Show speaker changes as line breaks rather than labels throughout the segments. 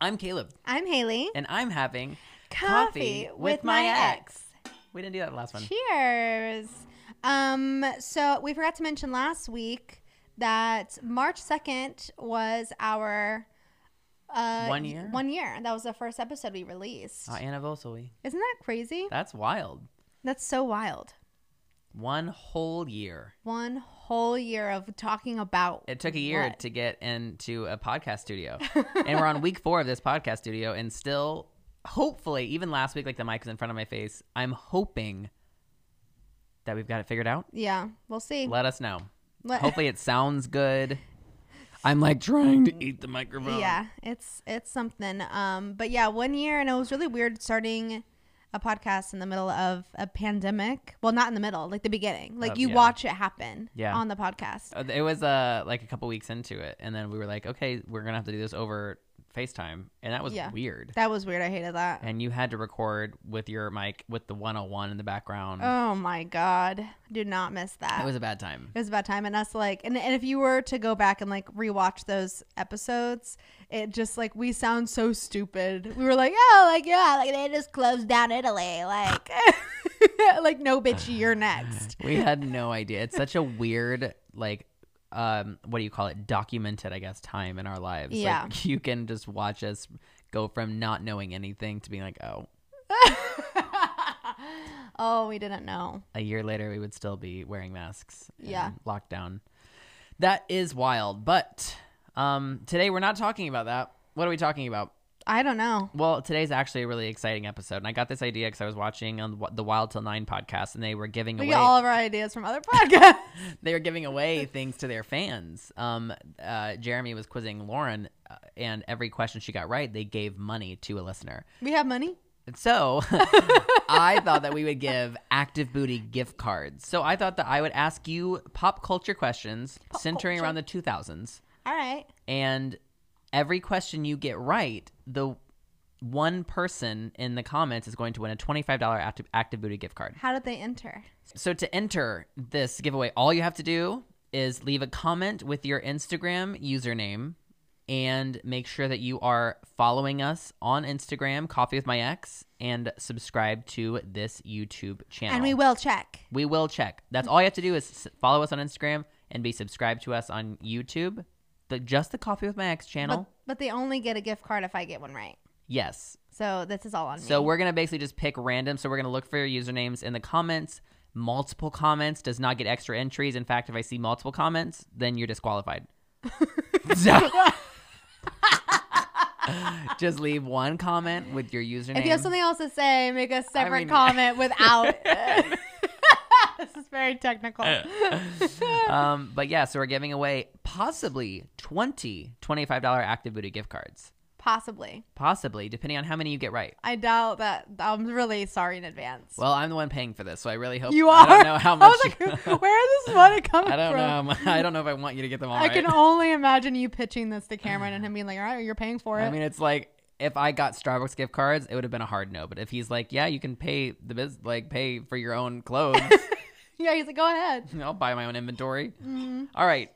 I'm Caleb,
I'm Haley.
and I'm having
Coffee with my
We didn't do that last one.
Cheers. Um, so we forgot to mention last week that March 2nd was our uh,
One year?
One year. That was the first episode we released.
Our Uh, anniversary.
Isn't that crazy?
That's wild.
That's so wild.
One whole year.
One whole year of talking about
It took a year
What?
to get into a podcast studio. and we're on week four of this podcast studio, and still, hopefully, even last week, like the mic was in front of my face, I'm hoping that we've got it figured out.
Yeah, we'll see.
Let us know.
Let-
Hopefully, it sounds good. I'm like trying to eat the microphone.
yeah, it's it's something. Um, but yeah, one year, and it was really weird starting a podcast in the middle of a pandemic. Well, not in the middle, like the beginning. Like
Of-
you
yeah.
watch it happen
Yeah.
on the podcast.
Uh, It was uh like a couple weeks into it, and then we were like, okay, we're gonna have to do this over FaceTime, and that was
Yeah.
weird.
That was weird. I hated that.
and you had to record with your mic with the 101 in the background.
Oh my god, do not miss that.
it was a bad time.
It was about time, and us like, and, and if you were to go back and like rewatch those episodes, it just like we sound so stupid. We were like, oh, like yeah, like they just closed down Italy, like, like no, bitch, you're next.
We had no idea. It's such a weird like um what do you call it? Documented, I guess, time in our lives.
Yeah.
Like you can just watch us go from not knowing anything to being like, oh,
oh, we didn't know.
a year later we would still be wearing masks. and
Yeah.
Locked down. That is wild. But um today we're not talking about that. What are we talking about?
I don't know.
Well, today's actually a really exciting episode, and I got this idea because I was watching on the Wild Till Nine podcast, and they were giving
We
away
get all of our ideas from other podcasts.
they were giving away things to their fans. Um, uh, Jeremy was quizzing Lauren, uh, and every question she got right, they gave money to a listener.
we have money.
And so I thought that we would give Active Booty gift cards. So I thought that I would ask you pop culture questions centering around the 2000s,
All right.
and every question you get right, the one person in the comments is going to win a $25 Active, Active Booty gift card.
How did they enter?
So to enter this giveaway, all you have to do is leave a comment with your Instagram username and make sure that you are following us on Instagram, Coffee with My Ex, and subscribe to this YouTube channel.
And we will check.
we will check. That's all you have to do is s- follow us on Instagram and be subscribed to us on YouTube. The just the Coffee with My Ex channel.
But, but they only get a gift card if I get one right.
yes.
So this is all on
So
me.
we're gonna basically just pick random. So we're gonna look for your usernames in the comments. Multiple comments does not get extra entries. In fact, if I see multiple comments, then you're disqualified. So- just leave one comment with your username.
If you have something else to say, make a separate
mean-
comment without. this is very technical.
Eh. um, but yeah, so we're giving away possibly 20 $25 Active Booty gift cards.
Possibly.
Possibly, depending on how many you get right.
I doubt that. I'm really sorry in advance.
Well, I'm the one paying for this, so I really hope
you
I
are.
don't know how much.
I was like, where is this money coming
I don't
from?
know. how mu- I don't know if I want you to get them all
I
right.
can only imagine you pitching this to Cameron and him being like, "All right, you're paying for it."
I mean, it's like if I got Starbucks gift cards, it would have been a hard no. But if he's like, yeah, you can pay the biz, like pay for your own clothes,
yeah, he's like, "Go ahead."
I'll buy my own inventory.
Mm-hmm.
All right.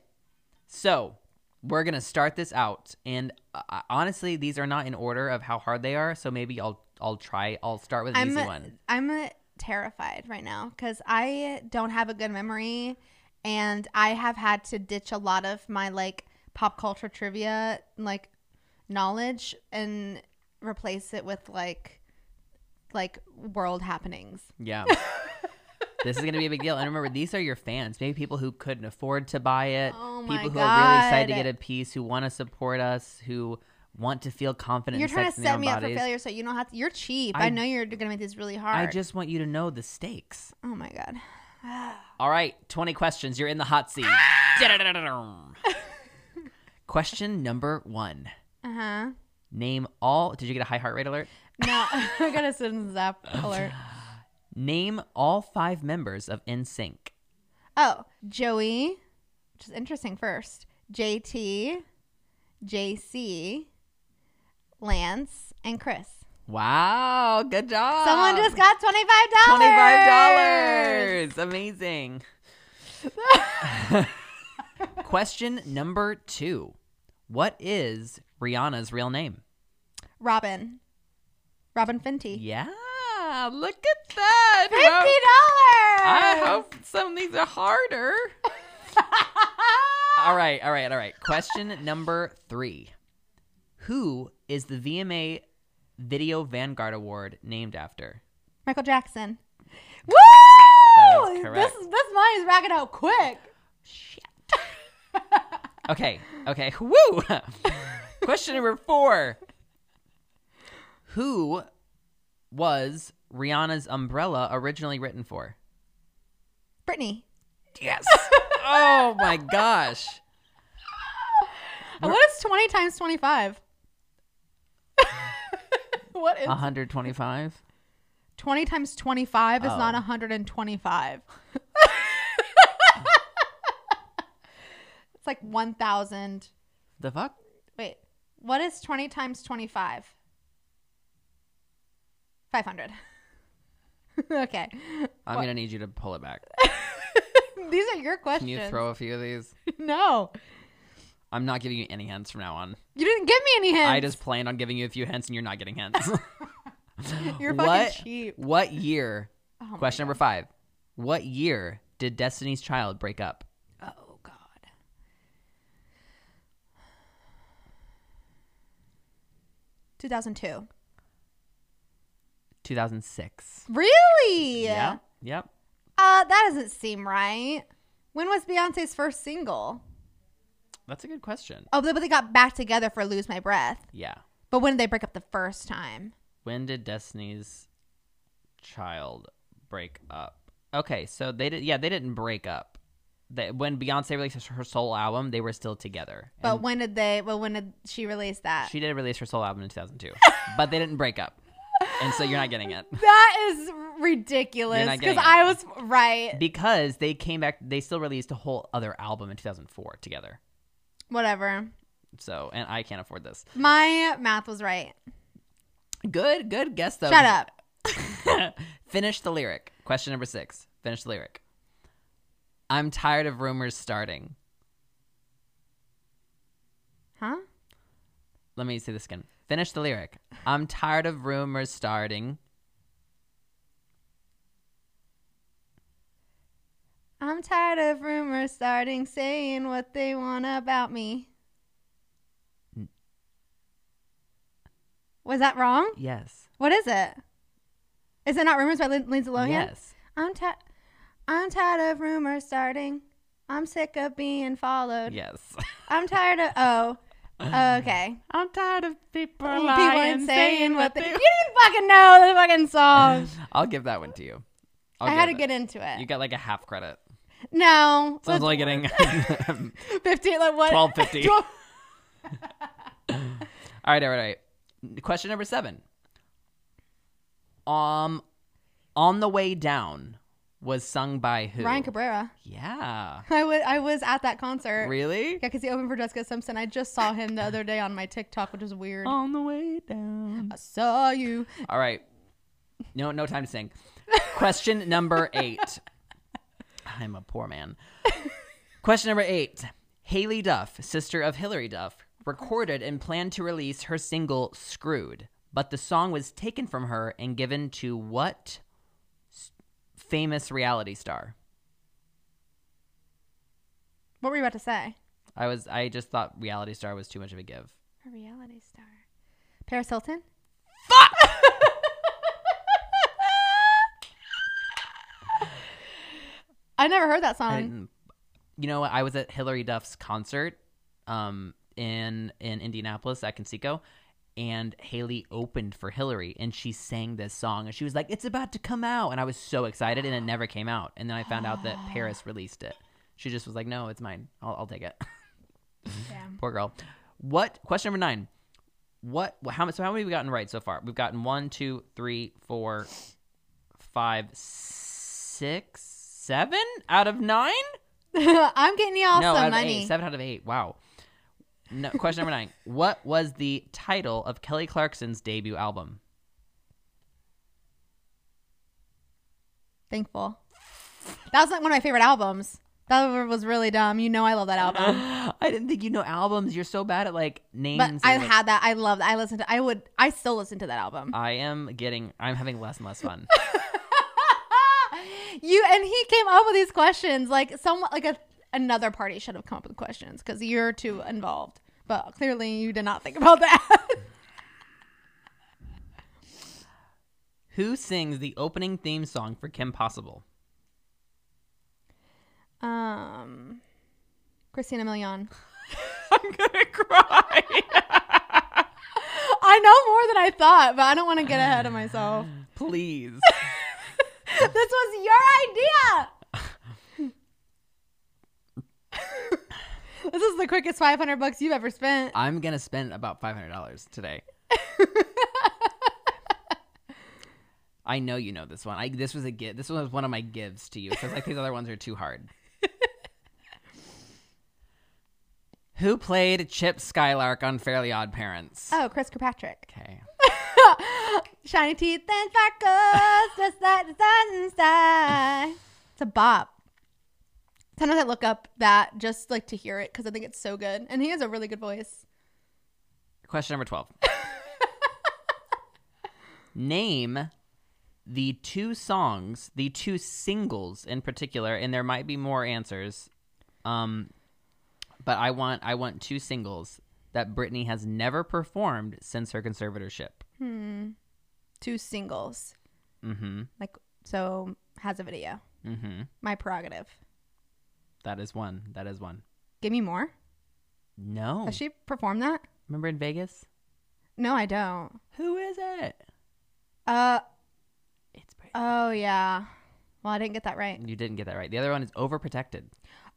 So we're gonna start this out, and uh, honestly, these are not in order of how hard they are. So maybe I'll I'll try. I'll start with an
I'm
easy one.
I'm uh, terrified right now because I don't have a good memory, and I have had to ditch a lot of my like pop culture trivia like knowledge and replace it with like like world happenings.
Yeah. This is gonna be a big deal, and remember, these are your fans. Maybe people who couldn't afford to buy it,
Oh my
people who are really excited to
God.
get a piece, who want to support us, who want to feel confident.
You're
in
trying
sex
to
in their
set
own
me up for
bodies.
failure, so you don't have to. You're cheap. I,
I-
know you're gonna make these really
I
hard.
just want you to know the stakes.
oh my god.
All right, 20 questions. You're in the hot seat.
Ah!
Question number one.
Uh huh.
Name all. Did you get a high heart rate alert?
No, I got a citizen zap alert.
Name all five members of NSYNC.
Oh, Joey, which is interesting first. JT, JC, Lance, and Chris.
Wow, good job.
Someone just got $25.
$25. Amazing. Question number two. What is Rihanna's real name?
Robin. Robin Fenty.
Yeah, look at that.
Fifty dollars.
Well, I hope some of these are harder. all right, all right, all right. Question number three Who is the VMA Video Vanguard Award named after?
Michael Jackson. Woo!
That is
This
correct.
is this mine is racking out quick.
Shit. okay, okay. Woo! Question number four Who was Rihanna's umbrella originally written for?
Brittany.
Yes. oh my gosh.
What is twenty times twenty five? what is
125.
20 times 25 is not
Oh.
125. it's like 1,000.
The fuck?
Wait, what is 20 times 25? 500. okay.
I'm
What?
gonna need you to pull it back.
These are your
Can
questions.
you throw a few of these?
no.
I'm not giving you any hints from now on.
You didn't give me any hints.
I just planned on giving you a few hints, and you're not getting hints.
You're fucking
what?
cheap.
What year?
Oh my
question number five. What year did Destiny's Child break up?
Oh, God. Two thousand two.
2006.
Really?
Yeah. Yep.
Uh, that doesn't seem right. When was Beyonce's first single?
That's a good question.
Oh, but they got back together for "Lose My Breath."
Yeah.
But when did they break up the first time?
When did Destiny's Child break up? Okay, so they did. Yeah, they didn't break up. They, when Beyonce released her solo album, they were still together.
But
And
when did they? Well, when did she release that?
she did release her solo album in 2002, but they didn't break up, and so you're not getting it
that is ridiculous.
You're not
Because
getting it.
I was right.
because they came back. They still released a whole other album in 2004 together.
Whatever.
So, and I can't afford this.
My math was right.
Good, good guess though.
Shut up.
Finish the lyric. Question number six. Finish the lyric. I'm tired of rumors starting.
Huh?
Let me see this again. Finish the lyric. I'm tired of rumors starting.
I'm tired of rumors starting saying what they want about me.
Hmm.
Was that wrong?
Yes.
What is it? Is it not rumors by Lin- Lindsay Lohan?
yes.
I'm tired. I'm tired of rumors starting. I'm sick of being followed.
Yes.
I'm tired of oh. Okay.
I'm tired of people
People ain't saying what they. You didn't fucking know the fucking song.
I'll give that one to you. I'll
I had to
give it.
get into
You
it.
got like a half credit.
No.
Sounds
let's-
like getting
15. Like what?
12.50.
Twelve-
All right, all right, all right. Question number seven. Um, on the way down was sung by who?
Ryan Cabrera.
Yeah.
I was I was at that concert.
Really?
Yeah, because he opened for Jessica Simpson. I just saw him the other day on my TikTok, which is weird.
On the way down.
I saw you.
All right. No, no time to sing. Question number eight. I'm a poor man. Question number eight. Haley Duff, sister of Hillary Duff, recorded and planned to release her single "Screwed," but the song was taken from her and given to what s- famous reality star?
What were you about to say?
I was. I just thought reality star was too much of a give.
A reality star. Paris Hilton? I never heard that
I
song.
didn't, you know, what? I was at Hillary Duff's concert um, in in Indianapolis at Conseco, and Haley opened for Hillary, and she sang this song, and she was like, "It's about to come out," and I was so excited, and it never came out, and then I found out that Paris released it. She just was like, "No, it's mine. I'll, I'll take it."
Damn.
Poor girl. What question number nine? What? How much? So how many have we gotten right so far? We've gotten one, two, three, four, five, six, seven out of nine.
I'm getting y'all
No, out
some
of
money.
eight. Seven out of eight. Wow. No, question number nine. What was the title of Kelly Clarkson's debut album?
Thankful. That was like one of my favorite albums. That was really dumb. You know, I love that album.
I didn't think you know albums. You're so bad at like names.
But
and,
I
like-
had that. I love that. I listened to. I would. I still listen to that album.
I am getting. I'm having less and less fun.
you and he came up with these questions. Like some. Like a another party should have come up with questions because you're too involved. But clearly, you did not think about that.
Who sings the opening theme song for Kim Possible?
um, Christina Milian.
I'm gonna cry.
I know more than I thought, but I don't want to get ahead of myself.
Please.
this was your idea. this is the quickest 500 bucks you've ever spent.
I'm gonna spend about five hundred dollars today. I know you know this one. I this was a give. This was one of my gives to you because like these other ones are too hard. Who played Chip Skylark on Fairly Odd Parents?
Oh, Chris Kirkpatrick.
Okay,
Shiny teeth and sparkles, just like the sun inside. It's a bop. Sometimes I look up that just like to hear it because I think it's so good. And he has a really good voice.
question number twelve. Name the two songs, the two singles in particular, and there might be more answers. Um, but I want I want two singles that Britney has never performed since her conservatorship.
Two singles.
Mm-hmm.
Like, so has a video.
Mm-hmm.
My prerogative.
That is one. That is one.
Give me more.
No.
Has she performed that?
Remember in Vegas?
No, I don't.
Who is it?
Uh,
It's Britney.
Oh yeah. Well, I didn't get that right.
You didn't get that right. The other one is overprotected.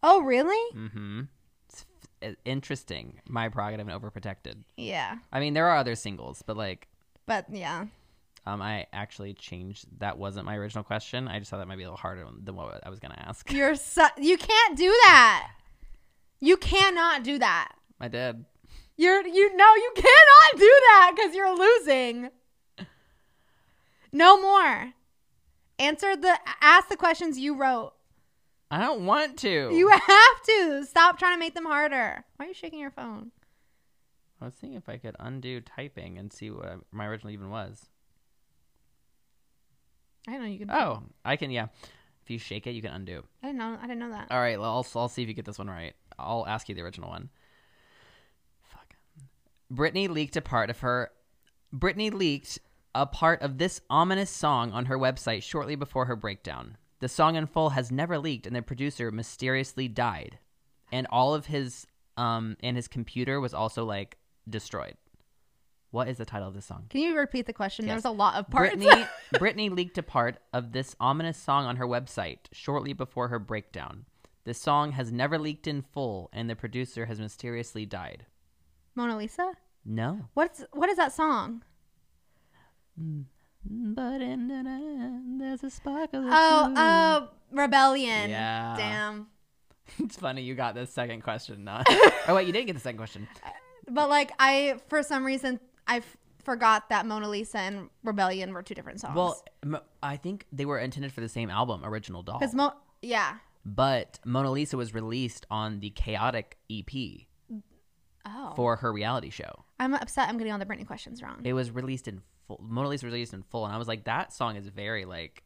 Oh really?
Mm-hmm. It's f- interesting. My prerogative and overprotected.
Yeah.
I mean, there are other singles, but like,
But yeah.
um, I actually changed. That wasn't my original question. I just thought that might be a little harder than what I was gonna ask.
You're su- you can't do that. You cannot do that.
I did.
You're you know you cannot do that cuz you're losing. No more. Answer the ask the questions you wrote.
I don't want to.
You have to. Stop trying to make them harder. Why are you shaking your phone?
I was thinking if I could undo typing and see what my original even was.
I didn't know you could
Oh, I can. Yeah, if you shake it, you can undo.
I didn't know I didn't know that.
All right, well, I'll, I'll see if you get this one right. I'll ask you the original one. Fuck. Britney leaked a part of her. Britney leaked a part of this ominous song on her website shortly before her breakdown. The song in full has never leaked, and the producer mysteriously died, and all of his um and his computer was also like destroyed. What is the title of this song?
Can you repeat the question?
Yes.
There's a lot of parts.
Britney, Britney leaked a part of this ominous song on her website shortly before her breakdown. The song has never leaked in full, and the producer has mysteriously died.
Mona Lisa?
No.
What's what is that song?
But in the night, there's a sparkle. of
Oh,
blue.
oh, Rebellion.
Yeah.
Damn.
it's funny you got the second question. Not. oh wait, you didn't get the second question.
But like, I for some reason I f- forgot that Mona Lisa and Rebellion were two different songs.
Well, m- I think they were intended for the same album, Original Doll,
because Mo, yeah.
but Mona Lisa was released on the Chaotic EP
Oh,
for her reality show.
I'm upset. I'm getting all the Britney questions wrong.
It was released in full. Mona Lisa was released in full, and I was like, that song is very like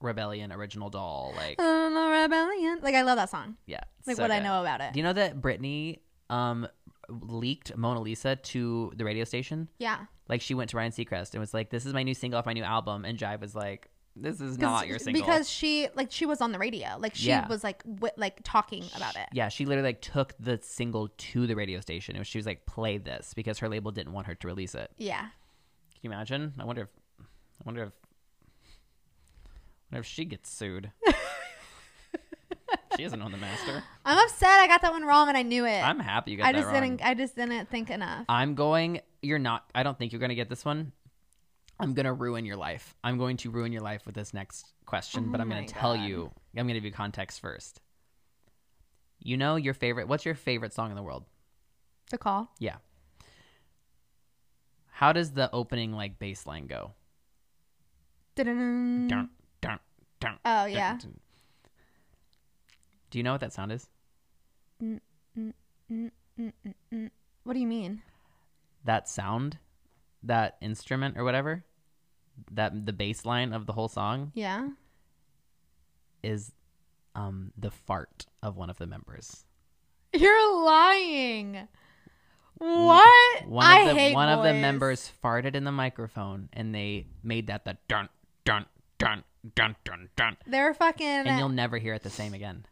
rebellion, original doll, like
I'm a rebellion. Like I love that song.
yeah, it's
Like
so
what I
good.
know about it.
Do you know that Britney um leaked Mona Lisa to the radio station?
yeah.
Like she went to Ryan Seacrest and was like, "This is my new single off my new album," and Jive was like, "This is
'Cause-
not your single."
Because she like she was on the radio. Like she
Yeah.
was like wi- like talking about it.
yeah, she literally like took the single to the radio station and she was like, "Play this," because her label didn't want her to release it.
Yeah.
Can you imagine? I wonder if I wonder if I wonder if she gets sued. she doesn't own the master.
I'm upset. I got that one wrong, and I knew it.
I'm happy you got
I
that
just
wrong.
didn't. I just didn't think enough.
I'm going you're not I don't think you're gonna get this one. I'm gonna ruin your life. I'm going to ruin your life with this next question, but
Oh
I'm gonna
my
tell
God.
you I'm gonna give you context first. You know your favorite what's your favorite song in the world?
the call.
Yeah. How does the opening like bass line go?
Dun-dun-dun.
Dun, dun, dun,
Mm. Oh
dun,
yeah.
dun. Do you know what that sound is?
What do you mean?
That sound, that instrument or whatever, that the bass line of the whole song
Yeah.
is um, the fart of one of the members.
You're lying. What?
One
I
of the
hate
one of the
boys.
members farted in the microphone, and they made that the dun dun dun dun dun dun,
They're fucking.
and you'll never hear it the same again.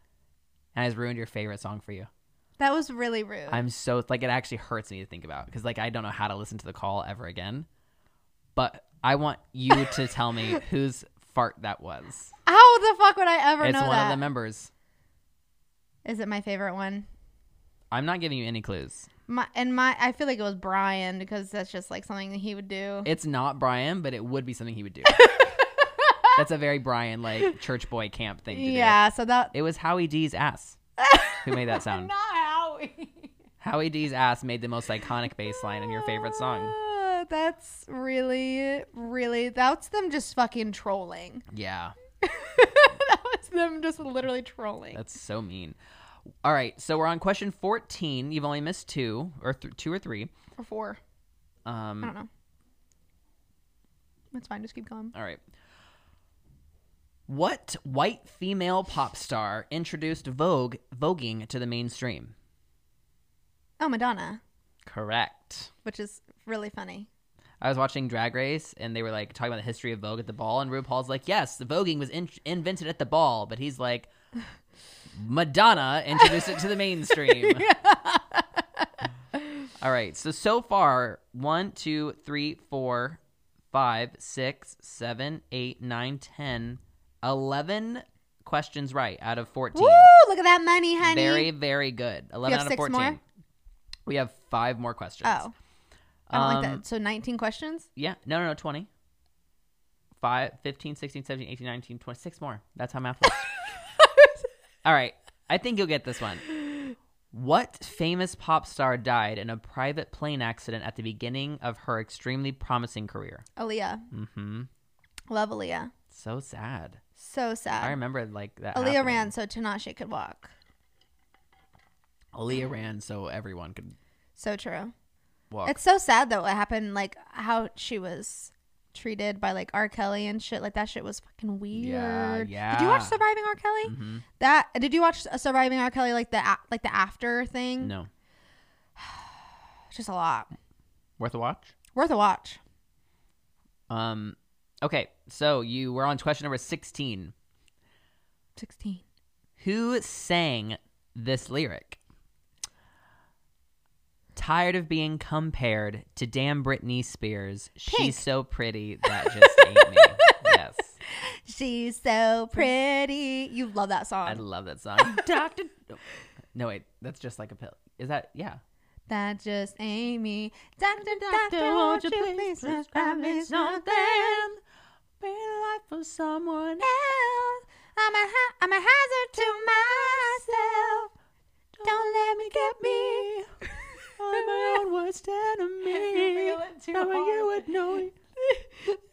And it's ruined your favorite song for you.
Uh. that was really rude.
I'm so like it actually hurts me to think about because like I don't know how to listen to the call ever again. But I want you to tell me whose fart that was.
How the fuck would I ever
It's
know
one
that?
of the members.
Is it my favorite one?
I'm not giving you any clues.
My and my. I feel like it was Brian because that's just like something that he would do.
It's not Brian, but it would be something he would do. That's a very Brian like church boy camp thing to do.
yeah. So that.
It was Howie D's ass who made that sound.
Not Howie.
Howie D's ass made the most iconic bass line in your favorite song.
Uh, That's really, really. That's them just fucking trolling.
Yeah.
that was them just literally trolling.
That's so mean. All right, so we're on question 14. You've only missed two or th- two or three.
Or four. I
Um,
don't know. It's fine. Just keep going.
all right. What white female pop star introduced Vogue voguing to the mainstream?
Oh, Madonna,
Correct.
which is really funny.
I was watching Drag Race and they were like talking about the history of Vogue at the ball, and RuPaul's like, "Yes, the voguing was in- invented at the ball," but he's like, "Madonna introduced it to the mainstream." All right, so so far, one, two, three, four, five, six, seven, eight, nine, ten, eleven questions right out of fourteen.
Woo! Look at that money, honey.
Very, very good. Eleven
have
out of
six
fourteen.
more?
We have five more questions.
oh, I don't like
Um,
that. So 19 questions.
Yeah. No, no, no, 20. Five, 15, 16, 17, 18, 19, 20, six more. That's how math works. All right. I think you'll get this one. What famous pop star died in a private plane accident at the beginning of her extremely promising career?
Aaliyah,
Mm-hmm.
love Aaliyah.
So sad.
So sad.
I remember like that.
Aaliyah
happening.
ran so Tinashe could walk.
Aaliyah ran so everyone could
So true.
walk.
It's so sad though. What happened? Like how she was treated by like R. Kelly and shit. Like that shit was fucking
Yeah,
weird. Did you
yeah.
watch Surviving R. Kelly?
Mhm.
That did you watch Surviving R. Kelly? Like the a- like the after thing.
No.
Just a lot.
Worth a watch?
Worth a watch.
Um, okay. So you were on question number 16.
Sixteen.
Who sang this lyric? Tired of being compared to damn Britney Spears.
Pink.
She's so pretty that just ain't me. Yes.
She's so pretty. You love that song.
I love that song. Doctor No wait, that's just like a pill. Is that yeah.
that just ain't me. Doctor, doctor,
Doctor,
won't you please prescribe me something?
Be life for someone
else? I'm a, ha- I'm a hazard to myself. Don't let me get me.
I'm my own worst enemy.
You feel it too
Now
hard.
you would know you.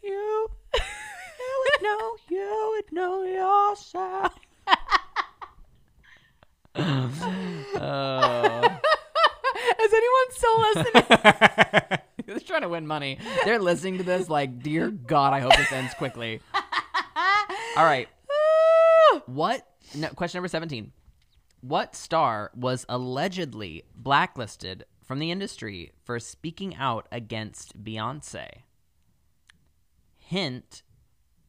You would know. You would know yourself. oh.
Is anyone still listening?
They're trying to win money. They're listening to this like, dear God, I hope this ends quickly. All right. What? No, question number 17. What star was allegedly blacklisted from the industry for speaking out against Beyonce? Hint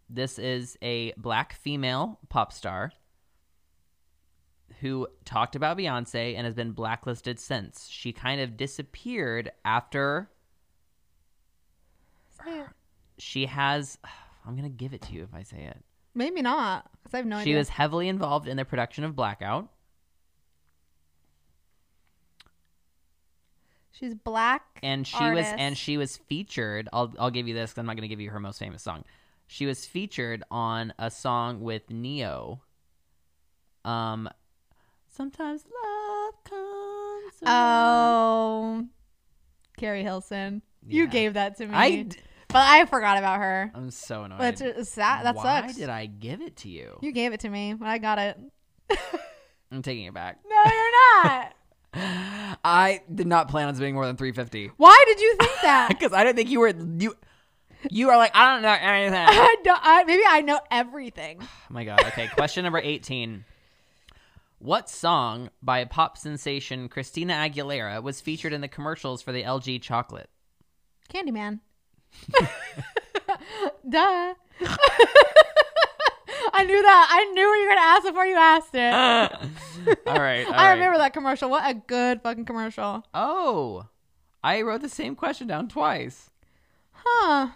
this is a black female pop star who talked about Beyonce and has been blacklisted since. She kind of disappeared after she has. I'm going to give it to you if I say it.
Maybe not, because I have no
she
idea.
was heavily involved in the production of Blackout.
She's black.
and she was and
artist.
she was featured I'll, I'll give you this 'cause i'm not going to give you her most famous song she was featured on a song with neo um sometimes love comes around.
Oh, Carrie Hilson. You
Yeah.
gave that to me.
i d-
but I forgot about her.
i'm so annoyed
But it's- it's that that
why
sucks.
did i give it to you
You gave it to me when I got it.
I'm taking it back.
No, you're not.
I did not plan on spending more than 350
Why did you think that?
because I didn't think you were you. You are like I don't know anything.
I don't- I- maybe I know everything.
Oh my god. Okay, question number 18. What song by pop sensation Christina Aguilera was featured in the commercials for the LG chocolate?
Candyman. Duh. I knew that. I knew what you were gonna ask before you asked it.
all right. all
I
right.
remember that commercial. What a good fucking commercial.
Oh. I wrote the same question down twice.
Huh.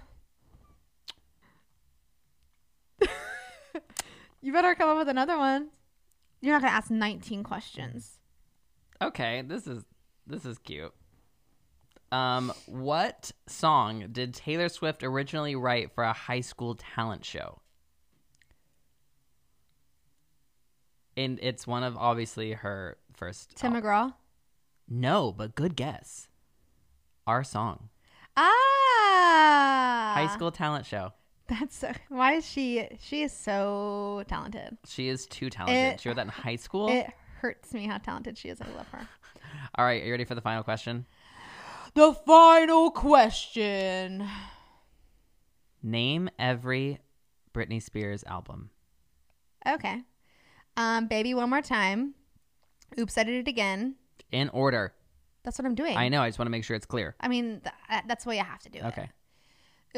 you better come up with another one. You're not gonna ask 19 questions.
Okay, this is this is cute. Um what song did Taylor Swift originally write for a high school talent show? And it's one of obviously her first
Tim McGraw.
No, but good guess. Our song,
Ah.
High School Talent Show.
That's so. Why is she? She is so talented.
She is too talented.
It-
she wrote that in high school.
It hurts me how talented she is. I love her.
All right, are you ready for the final question?
The final question.
Name every Britney Spears album.
Okay. Um, baby, one more time. Oops, I did it again.
In order.
That's what I'm doing.
I know, I just want to make sure it's clear.
I mean, th- uh, that's the way I have to do it.
Okay.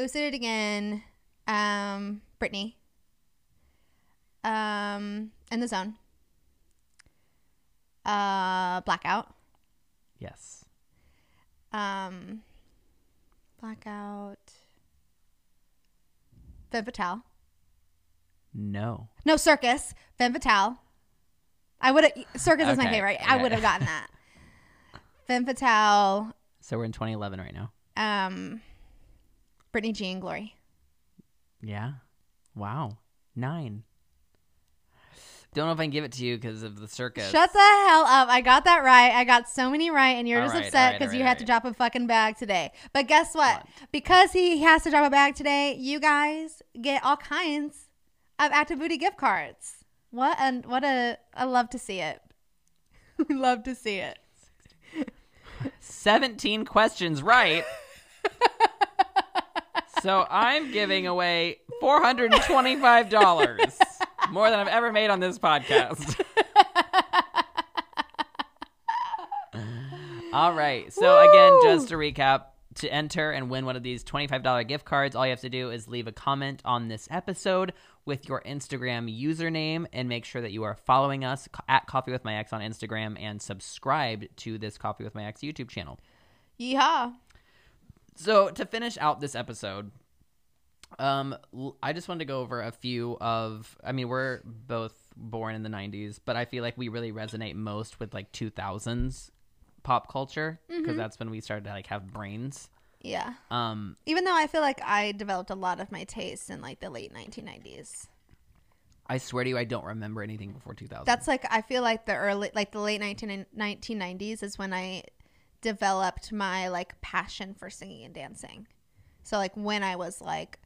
Oops, I did it again. Um, Brittany. Um, in the zone. Uh, blackout.
Yes.
Um, blackout. Femme Fatale.
No.
No, circus. Femme Fatale. I would have circus is my
Okay,
favorite. I
okay.
would have gotten that. Femme Fatale.
So we're in 2011 right now.
Um, Brittany Jean Glory.
Yeah. Wow. Nine. Don't know if I can give it to you because of the circus.
Shut the hell up! I got that right. I got so many right, and you're
All
just
right, all
upset
right,
because
all
you
right,
had to
all
drop a fucking bag today. But guess what? Because he has to drop a bag today, you guys get all kinds of active booty gift cards. What and what a I love to see it. We love to see it.
17 questions right. so I'm giving away $425, more than I've ever made on this podcast. All right. So again,
Woo!
just to recap, to enter and win one of these $25 gift cards, all you have to do is leave a comment on this episode with your Instagram username and make sure that you are following us co- at Coffee with My Ex on Instagram and subscribe to this Coffee with My Ex YouTube channel.
Yeehaw!
So to finish out this episode, um, l- I just wanted to go over a few of. I mean, we're both born in the '90s, but I feel like we really resonate most with like 2000s pop culture because that's when we started to like have brains.
Yeah.
Um,
Even though I feel like I developed a lot of my tastes in like the late 1990s.
I swear to you, I don't remember anything before 2000.
That's like I feel like the early like the late 19 1990s is when I developed my like passion for singing and dancing. So like when I was like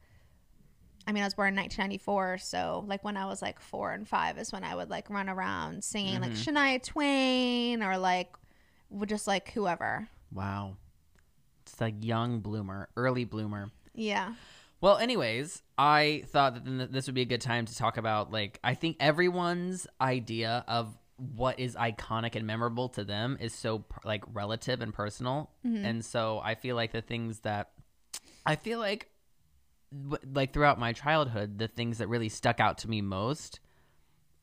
I mean I was born in 1994, so like when I was like 4 and 5 is when I would like run around singing like Shania Twain or like would just like whoever.
wow, it's like young bloomer, early bloomer.
Yeah.
Well, anyways, I thought that th- this would be a good time to talk about like I think everyone's idea of what is iconic and memorable to them is so per- like relative and personal, and so I feel like the things that I feel like w- like throughout my childhood, the things that really stuck out to me most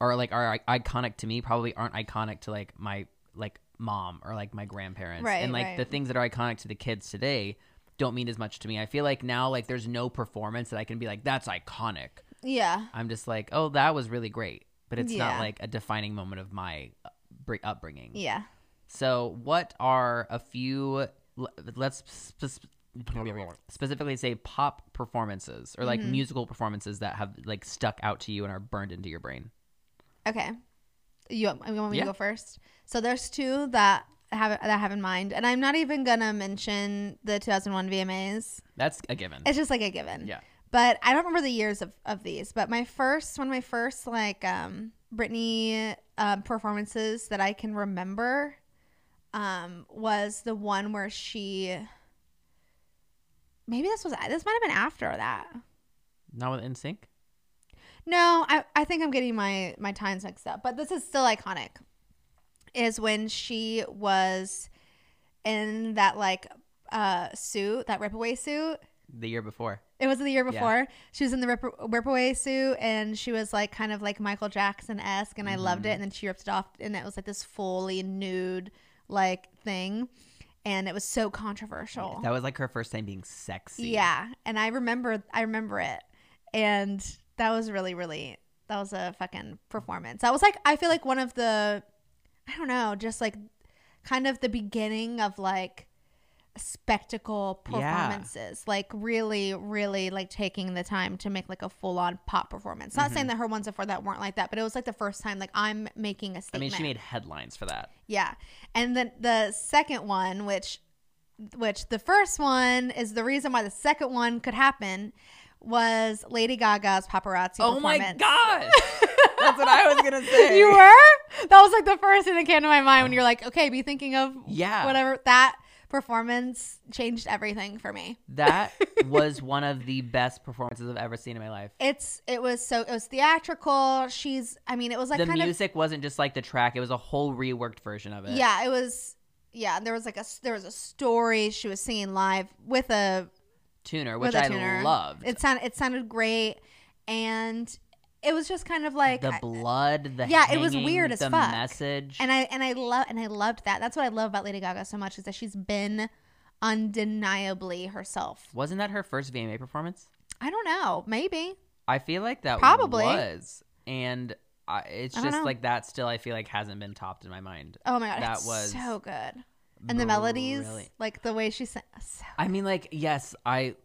or like are i- iconic to me probably aren't iconic to like my like mom or like my grandparents
Right,
and like
right.
the things that are iconic to the kids today don't mean as much to me i feel like now like there's no performance that i can be like that's iconic
Yeah.
i'm just like oh that was really great but it's
Yeah.
not like a defining moment of my upbr- upbringing
Yeah.
so what are a few l- let's spe- specifically say pop performances or like
Mm-hmm.
musical performances that have like stuck out to you and are burned into your brain
Okay. You want you want me
Yeah.
to go first? So there's two that I have that I have in mind, and I'm not even gonna mention the 2001 VMAs.
That's a given.
It's just like a given.
Yeah.
But I don't remember the years of, of these. But my first one, of my first like um, Britney um, performances that I can remember um, was the one where she. Maybe this was this might have been after that.
Not with NSYNC.
No, I, I think I'm getting my my times mixed up, but this is still iconic. Is when she was in that like uh suit, that ripaway suit.
The year before.
It was the year before. She was in the rip, ripaway suit, and she was like kind of like Michael Jackson esque, and I loved it. And then she ripped it off, and it was like this fully nude like thing, and it was so controversial.
That was like her first time being sexy.
Yeah, and I remember I remember it. And that was really really that was a fucking performance. That was like I feel like one of the I don't know, just like kind of the beginning of like spectacle
Yeah.
performances. Like really really like taking the time to make like a full-on pop performance. Not
Mm-hmm.
saying that her ones before that weren't like that, but it was like the first time like I'm making a
I mean,
statement.
she made headlines for that.
Yeah. And then the second one, which which the first one is the reason why the second one could happen was Lady Gaga's paparazzi
Oh
performance.
gosh! That's what I was gonna say.
You were? That was like the first thing that came to my mind when you're like, okay, be thinking of
Yeah.
whatever that performance changed everything for me.
That was one of the best performances I've ever seen in my life.
It's it was so it was theatrical. She's I mean it was like
the
kind of
music wasn't just like the track; it was a whole reworked version of it.
Yeah, it was. Yeah, there was like a there was a story. She was singing live with a
tuner, which
with a
I
tuner.
loved.
It sounded it sounded great, and it was just kind of like
the
I-
blood, the
Yeah, it was
hanging,
weird as
the
fuck.
message.
and I and I love and I loved that. That's what I love about Lady Gaga so much is that she's been undeniably herself.
wasn't that her first VMA performance?
I don't know, maybe.
I feel like that
Probably.
was, and I, it's
I don't
just
know.
like that. Still, I feel like hasn't been topped in my mind.
Oh my god,
That
it's
was
so good. And the melodies,
Brilliant.
like the way she sang. So,
I mean, like yes, I,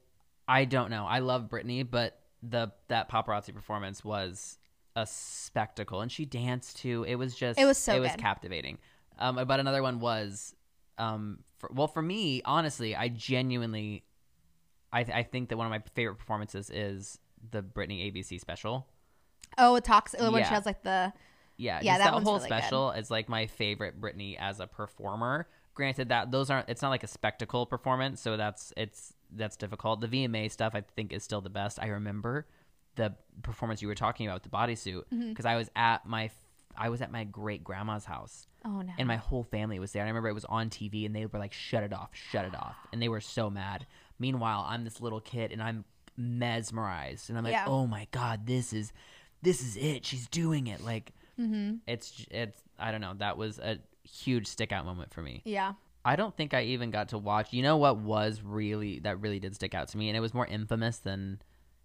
I don't know. I love Britney, but the that paparazzi performance was a spectacle, and she danced too. It was just
It was so
it was
good.
captivating. Um, but another one was, um, for, well, for me, honestly, I genuinely, I I think that one of my favorite performances is the Britney ABC special.
oh, it talks oh, when she
Yeah.
has like the
Yeah,
Yeah,
just
that
that,
one's
whole
really good.
special is like my favorite Britney as a performer. Granted that those aren't it's not like a spectacle performance, so that's it's that's difficult. The VMA stuff I think is still the best. I remember the performance you were talking about with the bodysuit
Mm-hmm.
because I was at my f- I was at my great grandma's house
oh no,
and my whole family was there. And I remember it was on TV and they were like, shut it off, shut it off. And they were so mad. Meanwhile, I'm this little kid and I'm mesmerized. And I'm like,
Yeah.
oh my God, this is, this is it. She's doing it. Like,
Mm-hmm,
it's, j- it's, I don't know. That was a huge stick out moment for me.
yeah.
I don't think I even got to watch, you know what was really, that really did stick out to me. And it was more infamous than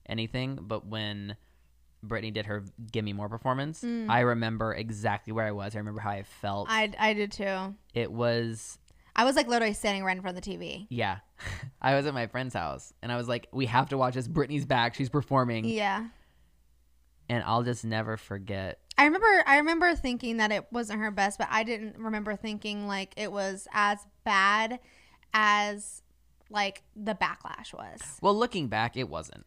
anything. But when, Brittany did her "Give Me More" performance. I remember exactly where I was. I remember how I felt
Mm. I I did too.
it was
I was like literally standing right in front of the TV.
yeah i was at my friend's house and i was like we have to watch this brittany's back she's performing
Yeah.
and i'll just never forget
I remember I remember thinking that it wasn't her best, but I didn't remember thinking like it was as bad as like the backlash was.
well looking back it wasn't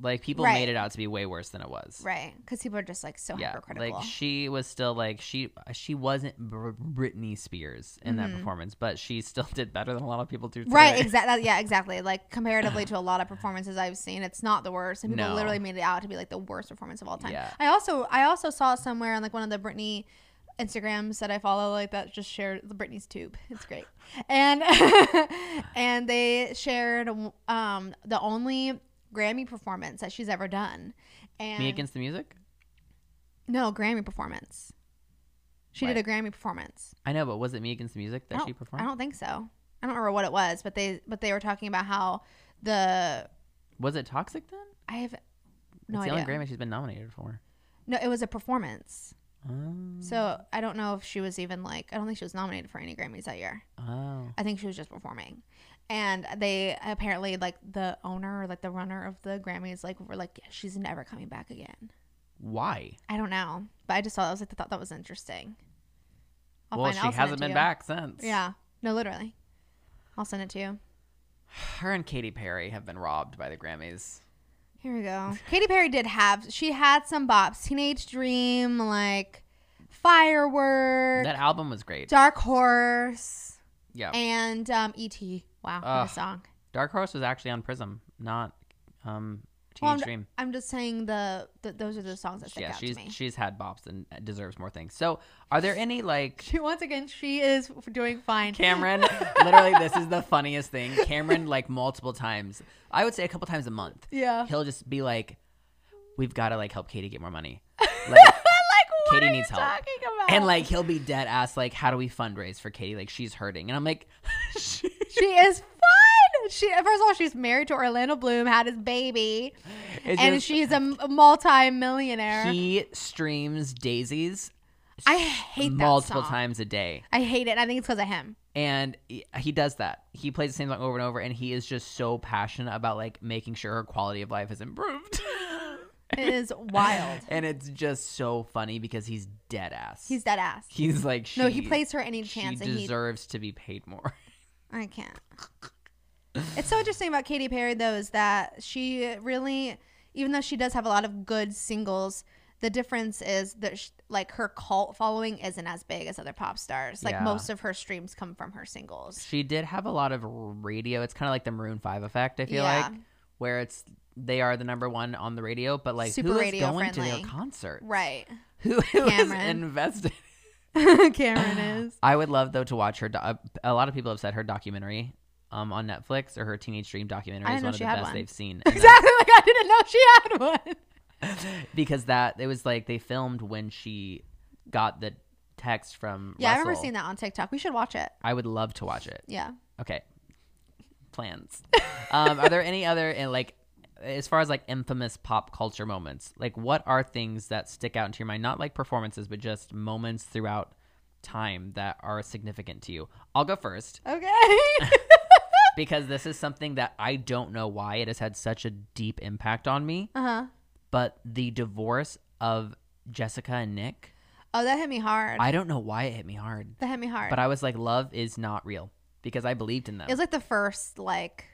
like people
Right.
made it out to be way worse than it was
Right. Cuz people are just like so
yeah
hypercritical.
like she was still like she she wasn't Br- britney spears in that performance but she still did better than a lot of people do today.
Mm-hmm. right, exactly. Yeah, exactly. Like comparatively to a lot of performances I've seen, it's not the worst. And people
No.
literally made it out to be like the worst performance of all time.
Yeah.
I also I also saw somewhere on like one of the Britney Instagrams that I follow like that just shared the Britney's tube. It's great. And and they shared um the only Grammy performance that she's ever done. And
me against the music
no Grammy performance. She did a Grammy performance.
i know but was it me against the music
I
that
don't-
she
I
performed
don't think so. I don't remember what it was, but they but they were talking about how the
was it toxic then
I have no
it's the
idea.
only grammy she's been nominated for
no, it was a performance.
oh,
So I don't know if she was even like I don't think she was nominated for any Grammys that year.
oh.
I think she was just performing. And they apparently like the owner or like the runner of the Grammys like were like she's never coming back again.
why
I don't know, but I just thought that was like thought that was interesting. I'll
well
find-
she
I'll send it
hasn't
to
been
you.
back since
Yeah, no, literally. I'll send it to you.
her and Katy Perry have been robbed by the Grammys.
Here we go. Katy Perry did have. She had some bops. Teenage Dream, like Firework,
That album was great.
Dark Horse,
Yeah.
and um, E.T. Wow, what
Ugh.
a song.
Dark Horse was actually on Prism, not um, Teenage
Well, I'm-
Dream.
I'm just saying the, the those are the songs that stick
Yeah,
out
she's
to me.
she's had bops and uh, deserves more things. So, are there any like
She once again, she is doing fine.
Cameron? literally, this is the funniest thing. Cameron, like multiple times, I would say a couple times a month,
Yeah.
he'll just be like, "We've got to like help Katie get more money." Like,
like what
Katie
are
needs
you
help.
talking about?
and like he'll be dead ass like, "How do we fundraise for Katie? Like she's hurting." And I'm like,
she is fun. She first of all, she's married to Orlando Bloom, had his baby,
it's
and
just-
she's a m- a multi-millionaire.
he streams daisies
I hate that
multiple
song.
times a day.
I hate it. I think it's because of him.
and he- he does that. He plays the same song over and over, and he is just so passionate about like making sure her quality of life is improved.
It is wild.
and it's just so funny because he's dead ass.
He's dead ass.
he's like she,
no, he plays her any
She
chance, and he.
deserves to be paid more.
I can't. It's so interesting about Katy Perry though is that she really, even though she does have a lot of good singles, the difference is that sh like her cult following isn't as big as other pop stars. Like
Yeah.
most of her streams come from her singles.
she did have a lot of radio. It's kind of like the Maroon Five effect. I feel
Yeah.
like where it's they are the number one on the radio, but like
Super
who is
radio
going to
friendly.
their concert?
Right,
Who, who is
Cameron.
invested?
Cameron is.
I would love though to watch her. Do- a- a lot of people have said her documentary um, on Netflix or her Teenage Dream documentary
I
is
didn't know
one of
she
the
had
best
one.
they've seen And that-
Exactly like I didn't know she had one.
because that it was like they filmed when she got the text from.
Yeah, I remember
Russell.
seeing that on TikTok. We should watch it.
I would love to watch it.
Yeah.
Okay, plans. um, are there any other and like as far as like infamous pop culture moments? Like what are things that stick out into your mind? Not like performances, but just moments throughout time that are significant to you. I'll go first.
Okay.
because this is something that I don't know why it has had such a deep impact on me.
uh huh.
But the divorce of Jessica and Nick,
Oh, that hit me hard.
I don't know why it hit me hard,
that hit me hard.
but I was like, love is not real because I believed in them.
It was like the first like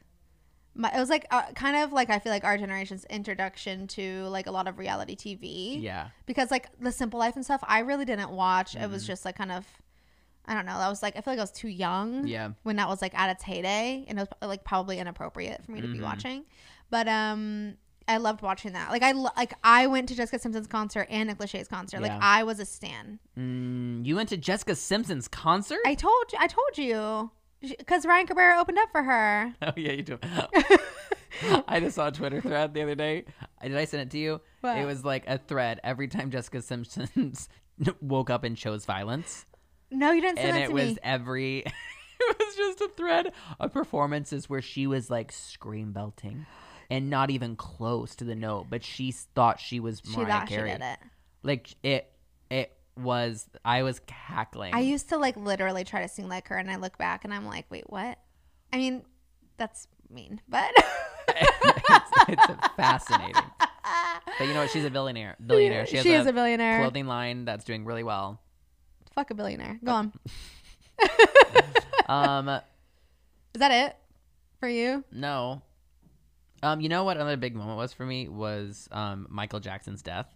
my, it was like uh, kind of like I feel like our generation's introduction to like a lot of reality TV
yeah,
because like the Simple Life and stuff I really didn't watch. It
Mm-hmm.
was just like kind of I don't know. I was like I feel like I was too young
yeah,
when that was like at its heyday and it was like probably inappropriate for me to be
Mhm.
watching. But um I loved watching that. Like I lo- like I went to Jessica Simpson's concert and Nick Lachey's concert.
Yeah.
Like I was a stan.
mm, you went to Jessica Simpson's concert.
I told you I told you because Ryan Cabrera opened up for her.
oh yeah, you do. I just saw a Twitter thread the other day. I- Did I send it to you?
What?
It was like a thread every time Jessica Simpson's woke up and chose violence.
No, you didn't send
and
that
it
to
was
me.
every it was just a thread of performances where she was like scream belting and not even close to the note but she s- thought she was
She
Mariah
thought
Carey
she did it.
like it it was I was cackling
I used to like literally try to sing like her, and I look back and I'm like, wait, what? I mean, that's mean, but
it's, it's fascinating but you know what she's a billionaire billionaire she has a,
is a billionaire.
clothing line that's doing really well
Fuck a billionaire. Go on.
um
Is that it for you?
no um you know what another big moment was for me was um Michael Jackson's death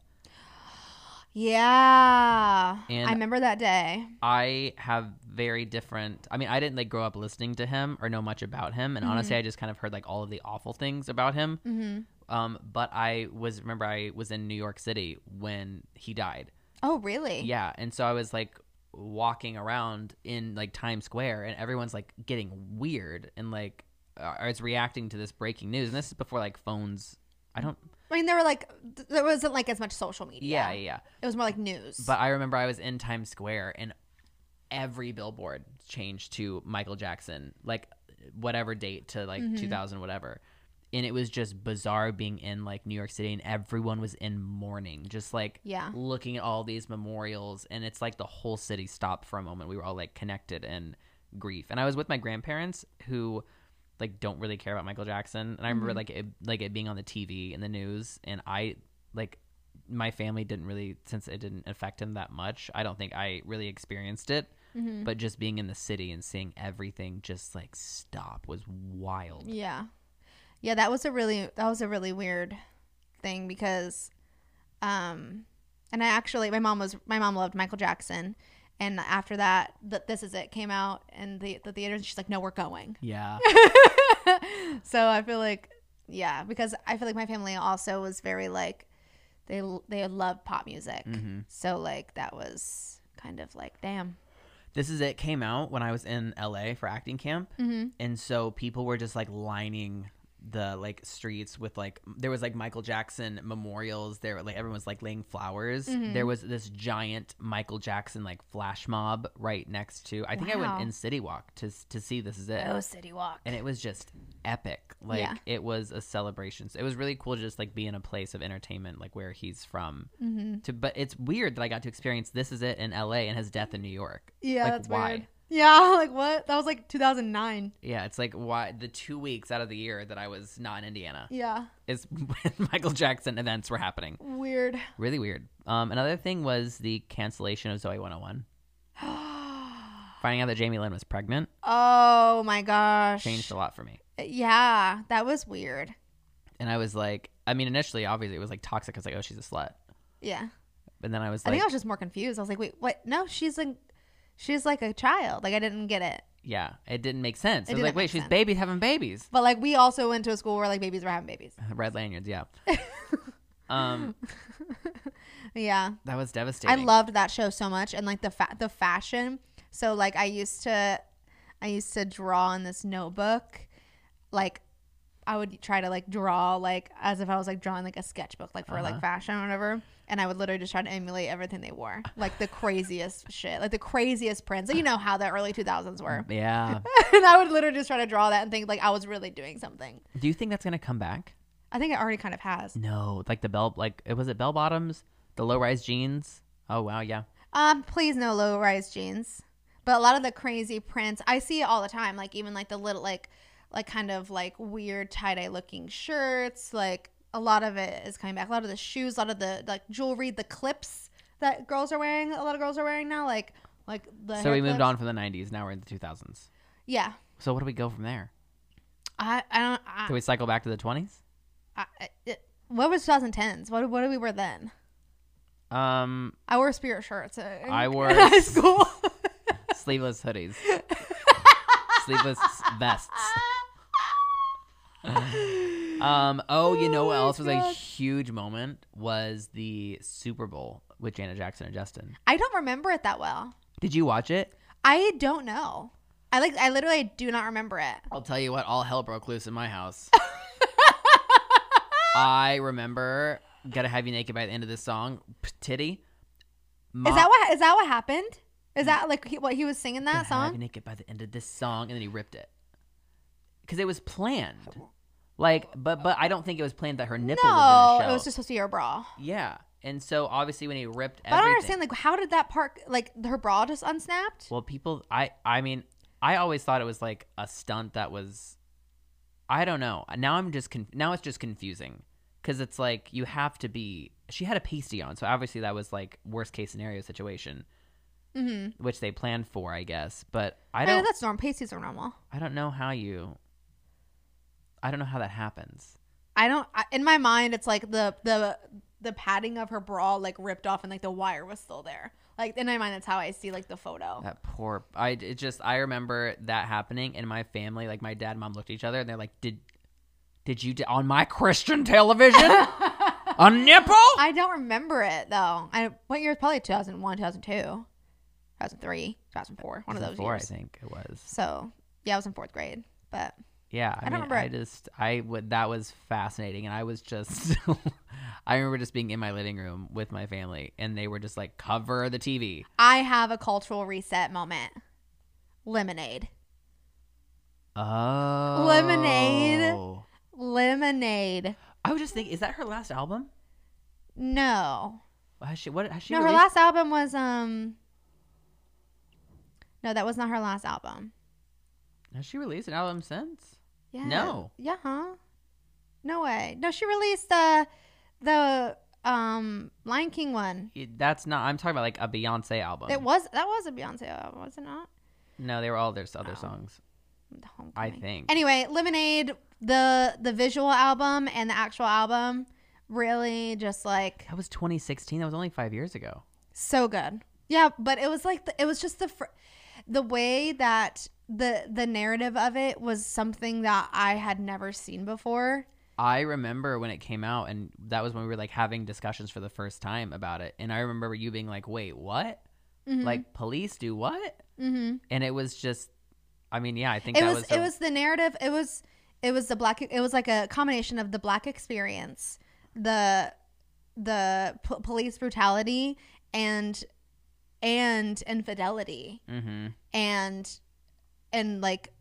Yeah,
And-
I remember that day.
I have very different. I mean, I didn't like grow up listening to him or know much about him, and honestly, I just kind of heard like all of the awful things about him.
hmm
Um, but I was remember I was in New York City when he died.
Oh, really?
Yeah, and so I was like walking around in like Times Square, and everyone's like getting weird and like uh, is reacting to this breaking news. And this is before like phones. I don't.
I mean, there were like th- there wasn't like as much social media.
Yeah, yeah. yeah.
It was more like news.
But I remember I was in Times Square and every billboard changed to Michael Jackson, like whatever date to like
Mhm.
2000, whatever. And it was just bizarre being in like New York City and everyone was in mourning, just like
yeah,
looking at all these memorials. And it's like the whole city stopped for a moment. We were all like connected in grief. And I was with my grandparents who like don't really care about Michael Jackson. And I remember
Mhm.
like it, like it being on the TV and the news. And I like my family didn't really since it didn't affect him that much i don't think i really experienced it
hmm
but just being in the city and seeing everything just like stop was wild
yeah, yeah. That was a really that was a really weird thing because um and I actually my mom was my mom loved Michael Jackson and after that th- this is it came out in the the theaters and she's like no we're going.
Yeah.
so I feel like yeah because I feel like my family also was very like they l- they love pop music.
Mhm.
So like that was kind of like damn.
This is it came out when I was in LA for acting camp.
Mhm.
and so people were just like lining the like streets with like there was like Michael Jackson memorials there were, like everyone was like laying flowers
Mhm.
there was this giant Michael Jackson like flash mob right next to I think I
Wow.
went in City Walk to s- to see this is it
Oh, City Walk.
and it was just epic like
Yeah.
it was a celebration so it was really cool to just like be in a place of entertainment like where he's from
mm-hmm.
to but it's weird that I got to experience this is it in LA and his death in New York
Yeah,
Like,
that's
why?
weird. Yeah, like what? That was like 2009.
yeah it's like why the 2 weeks out of the year that I was not in Indiana
Yeah,
is when Michael Jackson events were happening.
weird.
Really weird. Um, another thing was the cancellation of Zoe 101. Finding out that Jamie Lynn was pregnant
oh my gosh.
changed a lot for me.
Yeah, that was weird.
And I was like, I mean, initially, obviously, it was like toxic. I was like, oh, she's a slut.
Yeah,
And then I was
I
like,
think I was just more confused. I was like, wait, what? No, she's like, she's like a child. Like I didn't get it.
yeah, it didn't make sense.
It
I was
didn't
like,
make
wait, she's
sense.
babies having babies.
But like we also went to a school where like babies were having babies.
Red lanyards, yeah. um,
Yeah,
that was
I
devastating.
loved that show so much, and like the fa- the fashion. So like I used to, I used to draw in this notebook, like I would try to like draw like as if I was like drawing like a sketchbook like for like
Uh-huh.
fashion or whatever, and I would literally just try to emulate everything they wore, like the craziest shit, like the craziest prints. Like, you know how the early two thousands were,
Yeah.
and I would literally just try to draw that and think like I was really doing something.
Do you think that's gonna come back?
I think it already kind of has.
No, like the bell, like it was it bell bottoms, the low rise jeans. Oh wow, yeah.
Um, please no low rise jeans. But a lot of the crazy prints I see it all the time, like even like the little like like kind of like weird tie dye looking shirts, like a lot of it is coming back. A lot of the shoes, a lot of the like jewelry, the clips that girls are wearing, a lot of girls are wearing now, like like the
So
hair
we moved
clips.
on from the 90s. Now we're in the 2000s.
Yeah.
So what do we go from there?
I I don't I,
Do we cycle back to the 20s?
I, it, what was 2010s? What what did we wear then?
Um,
I wore spirit shirts. uh, In,
I wore
in high school.
sleeveless hoodies, sleeveless vests. Um, oh, you know what
Oh my
else was a
God.
huge moment was the Super Bowl with Janet Jackson and Justin.
I don't remember it that well.
Did you watch it?
I don't know. I like I literally do not remember it.
I'll tell you what, all hell broke loose in my house. I remember "Gotta Have You Naked" by the end of this song, p- titty. Ma-
Is that what is that what happened? Is that like he, what he was singing that
Gotta Have you
song?
naked by the end of this song, and then he ripped it because it was planned. Like, but but I don't think it was planned that her nipple was
No,
gonna show.
it was just supposed to be her bra.
yeah, and so obviously when he ripped
But I
everything,
don't understand like how did that part like her bra just unsnapped?
well, people, I I mean, I always thought it was like a stunt that was, I don't know. Now I'm just conf- now it's just confusing because it's like you have to be. She had a pasty on, so obviously that was like worst case scenario situation,
Mm-hmm.
which they planned for, I guess. But
I
I
know
don't.
that's normal. Pasties are normal.
I don't know how you. I don't know how that happens.
I don't. I, in my mind, it's like the the the padding of her bra like ripped off and like the wire was still there. Like in my mind, that's how I see like the photo.
That poor. I it just. I remember that happening, and my family, like my dad and mom, looked at each other, and they're like, "Did, did you d- on my Christian television a nipple?"
I don't remember it though. I what year? Probably 2001, 2002, 2003, 2004. One of
Season
those
four,
years.
I think it was.
So yeah, I was in fourth grade, but
Yeah, I, mean,
don't remember
I
it.
just. I would. That was fascinating, and I was just. I remember just being in my living room with my family, and they were just like, "Cover the TV."
I have a cultural reset moment. Lemonade.
Oh,
Lemonade. Lemonade.
I was just thinking, is that her last album?
No.
Has she? What has she?
no, her
released-
last album was um No, that was not her last album.
Has she released an album since?
Yeah.
No.
Yeah, huh? No way. No, she released the the um Lion King one.
It- that's not. I'm talking about like a Beyonce album.
It was that was a Beyonce album, was it not?
no, they were all their s- other
Oh.
songs.
The
I
Homecoming.
think.
Anyway, Lemonade, the the visual album and the actual album really just like
That was 2016. That was only five years ago.
so good. Yeah, but it was like the, it was just the fr- the way that the the narrative of it was something that I had never seen before.
I remember when it came out, and that was when we were like having discussions for the first time about it. And I remember you being like, wait, what? Mm-hmm. Like, police do what?
Mm-hmm.
And it was just, I mean, yeah, I think
It
that
was,
was,
it
a-
was the narrative. It was it was the black. It was like a combination of the black experience, the the p- police brutality, and and infidelity,
Mhm.
and and like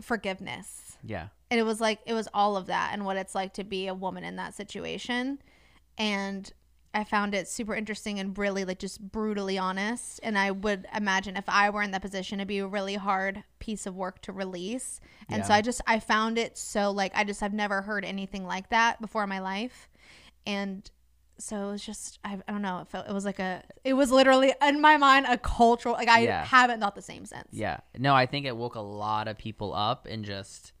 forgiveness.
yeah.
and it was like it was all of that and what it's like to be a woman in that situation and i found it super interesting and really like just brutally honest and i would imagine if i were in that position it'd be a really hard piece of work to release and so
Yeah.
i just i found it so like i just have never heard anything like that before in my life and so it was just I, I don't know it felt it was like a it was literally in my mind a cultural like i
Yeah.
haven't thought the same since
Yeah. No, I think it woke a lot of people up and just,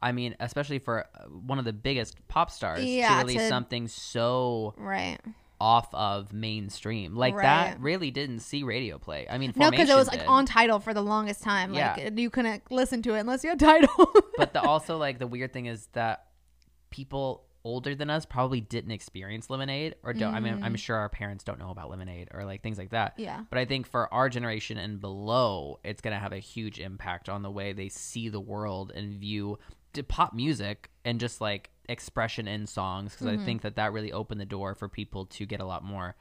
I mean, especially for uh, one of the biggest pop stars
Yeah,
to release
to-
something so
right
off of mainstream. Like
Right.
that really didn't see radio play. I mean,
No, because it
Formation
was like
did.
on title for the longest time. Like
Yeah.
you couldn't listen to it unless you had title.
but the, also like the weird thing is that people older than us probably didn't experience lemonade or don't i mean i'm
Mm.
sure our parents don't know about lemonade or like things like that
Yeah.
but i think for our generation and below it's going to have a huge impact on the way they see the world and view d- pop music and just like expression in songs because i think that that really opened the door for people to get a lot more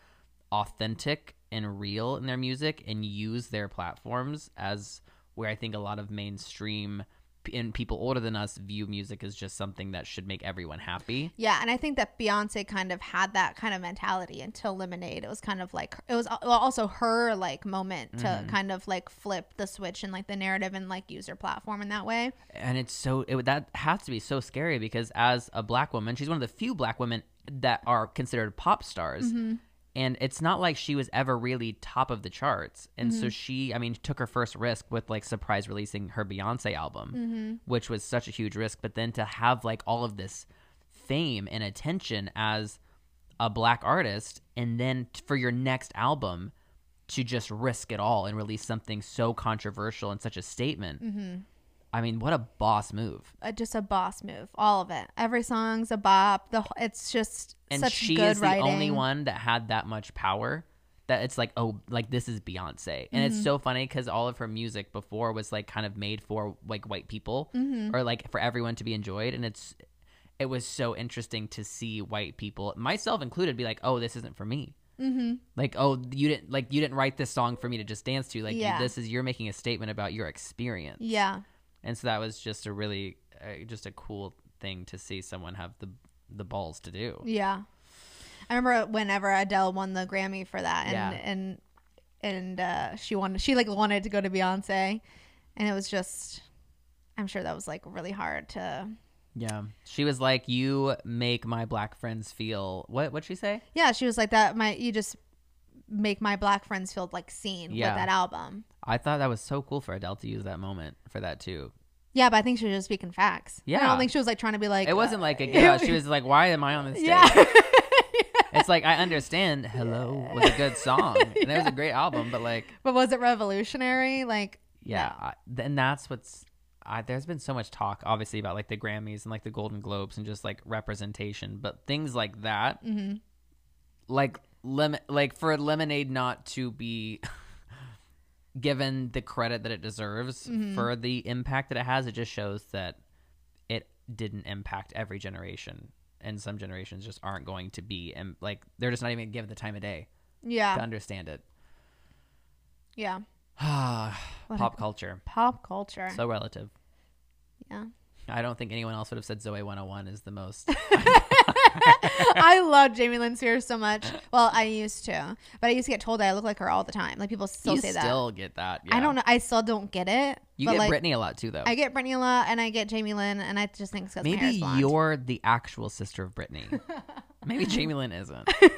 authentic and real in their music and use their platforms as where I think a lot of mainstream p- and people older than us view music as just something that should make everyone happy.
yeah, and I think that Beyonce kind of had that kind of mentality until Lemonade. It was kind of like it was al- well, also her like moment to
Mm-hmm.
kind of like flip the switch and like the narrative and like use her platform in that way.
And it's so it, that has to be so scary because as a black woman, she's one of the few black women that are considered pop stars. And it's not like she was ever really top of the charts. And so she, I mean, took her first risk with like surprise releasing her Beyonce album, which was such a huge risk. But then to have like all of this fame and attention as a black artist and then t- for your next album to just risk it all and release something so controversial and such a statement. I mean, what a boss move.
Uh, just a boss move, all of it. Every song's a bop. The wh- it's just
And
such
she
good
is the
writing.
only one that had that much power that it's like, oh, like this is Beyonce. And
Mm-hmm.
it's so funny because all of her music before was like kind of made for like white people
Mm-hmm.
or like for everyone to be enjoyed. And it's, it was so interesting to see white people, myself included, be like, oh, this isn't for me.
Mm-hmm.
like oh you didn't like you didn't write this song for me to just dance to like
Yeah.
this is you're making a statement about your experience
Yeah,
and so that was just a really uh, just a cool thing to see someone have the the balls to do
Yeah. I remember whenever Adele won the Grammy for that and
Yeah.
and and uh, she wanted she like wanted to go to Beyonce and it was just I'm sure that was like really hard to
yeah she was like you make my black friends feel what what'd she say
Yeah, she was like that my you just make my black friends feel like seen
Yeah.
with that album.
i thought that was so cool for adele to use that moment for that too
Yeah, but I think she was just speaking facts. I
Yeah.
don't think she was like trying to be like
it wasn't
uh,
like a girl she was like why am i on this stage
Yeah.
it's like i understand hello was a good song and it was a great album but like
but was it revolutionary? Like
yeah
no.
I, th- and that's what's I, there's been so much talk obviously about like the grammys and like the golden globes and just like representation but things like that
mm-hmm.
like lemon like for lemonade not to be given the credit that it deserves
Mm-hmm.
for the impact that it has it just shows that it didn't impact every generation and some generations just aren't going to be and like they're just not even given the time of day to
Yeah.
understand it
Yeah. a-
pop culture
Pop culture.
so relative
yeah.
I don't think anyone else would have said Zoe 101 is the most.
I love Jamie Lynn Spears so much. Well, I used to, but I used to get told that I look like her all the time. Like people still
you
say
still get that.
that. I don't know. I still don't get it.
You
but
get
like,
Brittany a lot too, though.
I get Brittany a lot, and I get Jamie Lynn, and I just think it's because my hair is
Maybe
blonde.
you're the actual sister of Brittany. Maybe Jamie Lynn isn't. Is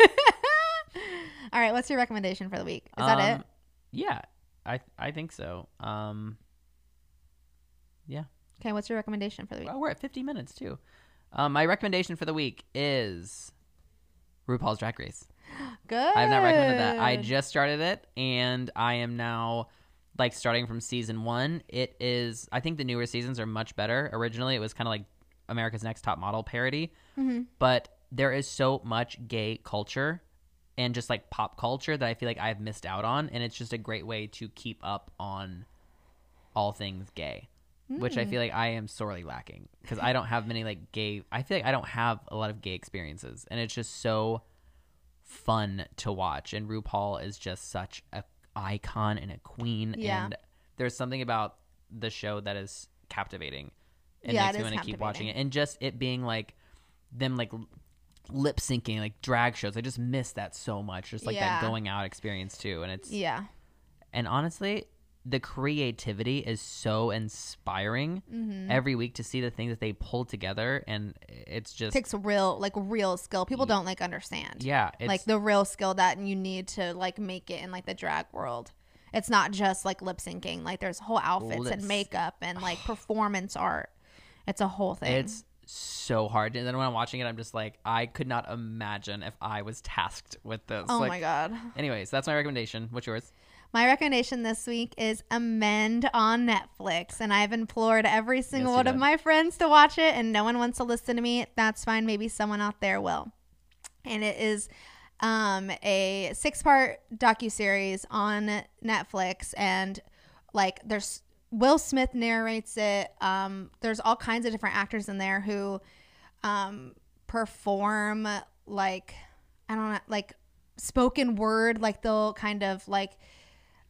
All right, what's your recommendation for the week? Is that it?
Um, Yeah, I I think so. Um, yeah.
Okay, what's your recommendation for the week?
Well, we're at 50 minutes too. Um, my recommendation for the week is RuPaul's Drag Race.
Good.
I've not recommended that. I just started it and I am now like starting from season one. It is I think the newer seasons are much better. Originally it was kind of like America's Next Top Model parody. But there is so much gay culture and just like pop culture that I feel like I've missed out on and it's just a great way to keep up on all things gay. Which I
Hmm.
feel like I am sorely lacking because I don't have many like gay. I feel like I don't have a lot of gay experiences, and it's just so fun to watch and RuPaul is just such a icon and a queen
Yeah.
and there's something about the show that is captivating and
Yeah,
makes
it
me
is
want to keep watching it
captivating.
and just it being like them like lip syncing like drag shows I just miss that so much just like
Yeah.
that going out experience too and it's
Yeah.
and honestly the creativity is so inspiring
Mm-hmm.
every week to see the things that they pull together and it's just
takes real like real skill. People don't like understand.
yeah it's
like the real skill that you need to like make it in like the drag world. It's not just like lip syncing. Like there's whole outfits
Lips-
and makeup and like performance art. It's a whole thing.
It's so hard. And then when I'm watching it, I'm just like, I could not imagine if I was tasked with this.
oh
like,
my god.
Anyways, that's my recommendation. What's yours?
My recommendation this week is Amend on Netflix, and I've implored every
Yes,
single
you
one of
did.
my friends to watch it, and no one wants to listen to me. That's fine. Maybe someone out there will. And it is um, a six-part docuseries on Netflix, and like there's Will Smith narrates it. Um, there's all kinds of different actors in there who um, perform like I don't know, like spoken word, like they'll kind of like.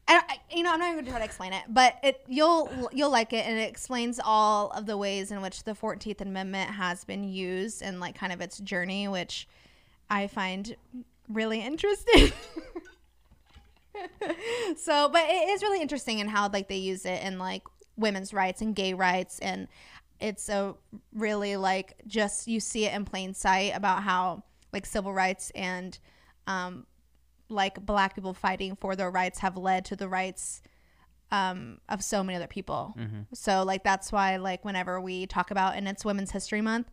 I, don't- I, you know, I'm not even gonna try to explain it, but it you'll you'll like it, and it explains all of the ways in which the 14th Amendment has been used and like kind of its journey, which I find really interesting. so, but it is really interesting in how like they use it in like women's rights and gay rights, and it's a really like just you see it in plain sight about how like civil rights and um, like black people fighting for their rights have led to the rights um, of so many other people. So like that's why like whenever we talk about and it's Women's History Month,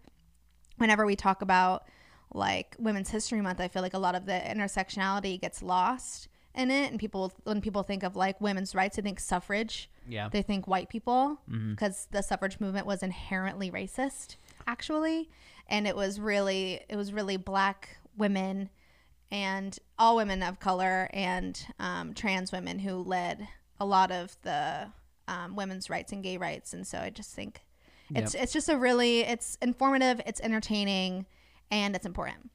whenever we talk about like Women's History Month, I feel like a lot of the intersectionality gets lost in it, and people when people think of like women's rights, they think suffrage.
Yeah. Mm-hmm.
They think white people because the suffrage movement was inherently racist, actually, and it was really it was really black women and all women of color and um, trans women who led a lot of the um, women's rights and gay rights. And so I just think it's it's just a really it's informative, it's entertaining, and it's important.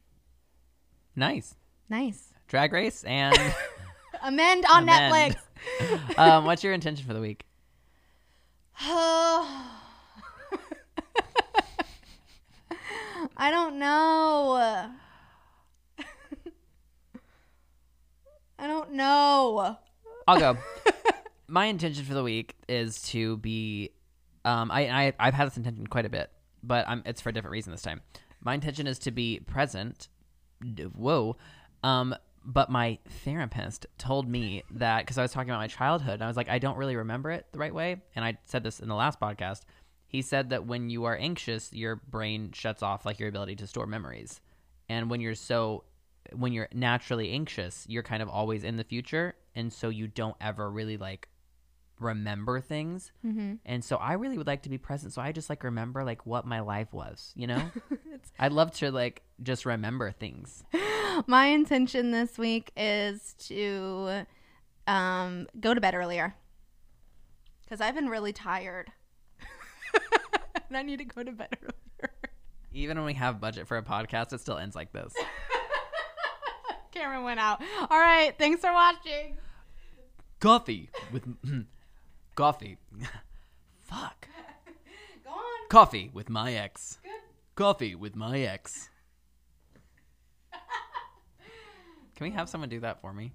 Nice.
Nice.
Drag Race and
Amend on
Amend.
Netflix.
um, what's your intention for the week?
Oh. I don't know. I don't know.
I'll go. my intention for the week is to be. Um, I, I I've had this intention quite a bit, but I'm, it's for a different reason this time. My intention is to be present. D- Whoa. Um, but my therapist told me that because I was talking about my childhood, and I was like, I don't really remember it the right way. And I said this in the last podcast. He said that when you are anxious, your brain shuts off like your ability to store memories, and when you're so when you're naturally anxious, you're kind of always in the future, and so you don't ever really like remember things. Mm-hmm. And so I really would like to be present, so I just like remember like what my life was, you know. I'd love to like just remember things.
My intention this week is to um, go to bed earlier because I've been really tired, and I need to go to bed earlier.
Even when we have budget for a podcast, it still ends like this.
Cameron went out. All right, thanks for watching.
Coffee with hmm, coffee. Fuck.
Go on.
Coffee with my ex. Coffee with my ex. Can we have someone do that for me?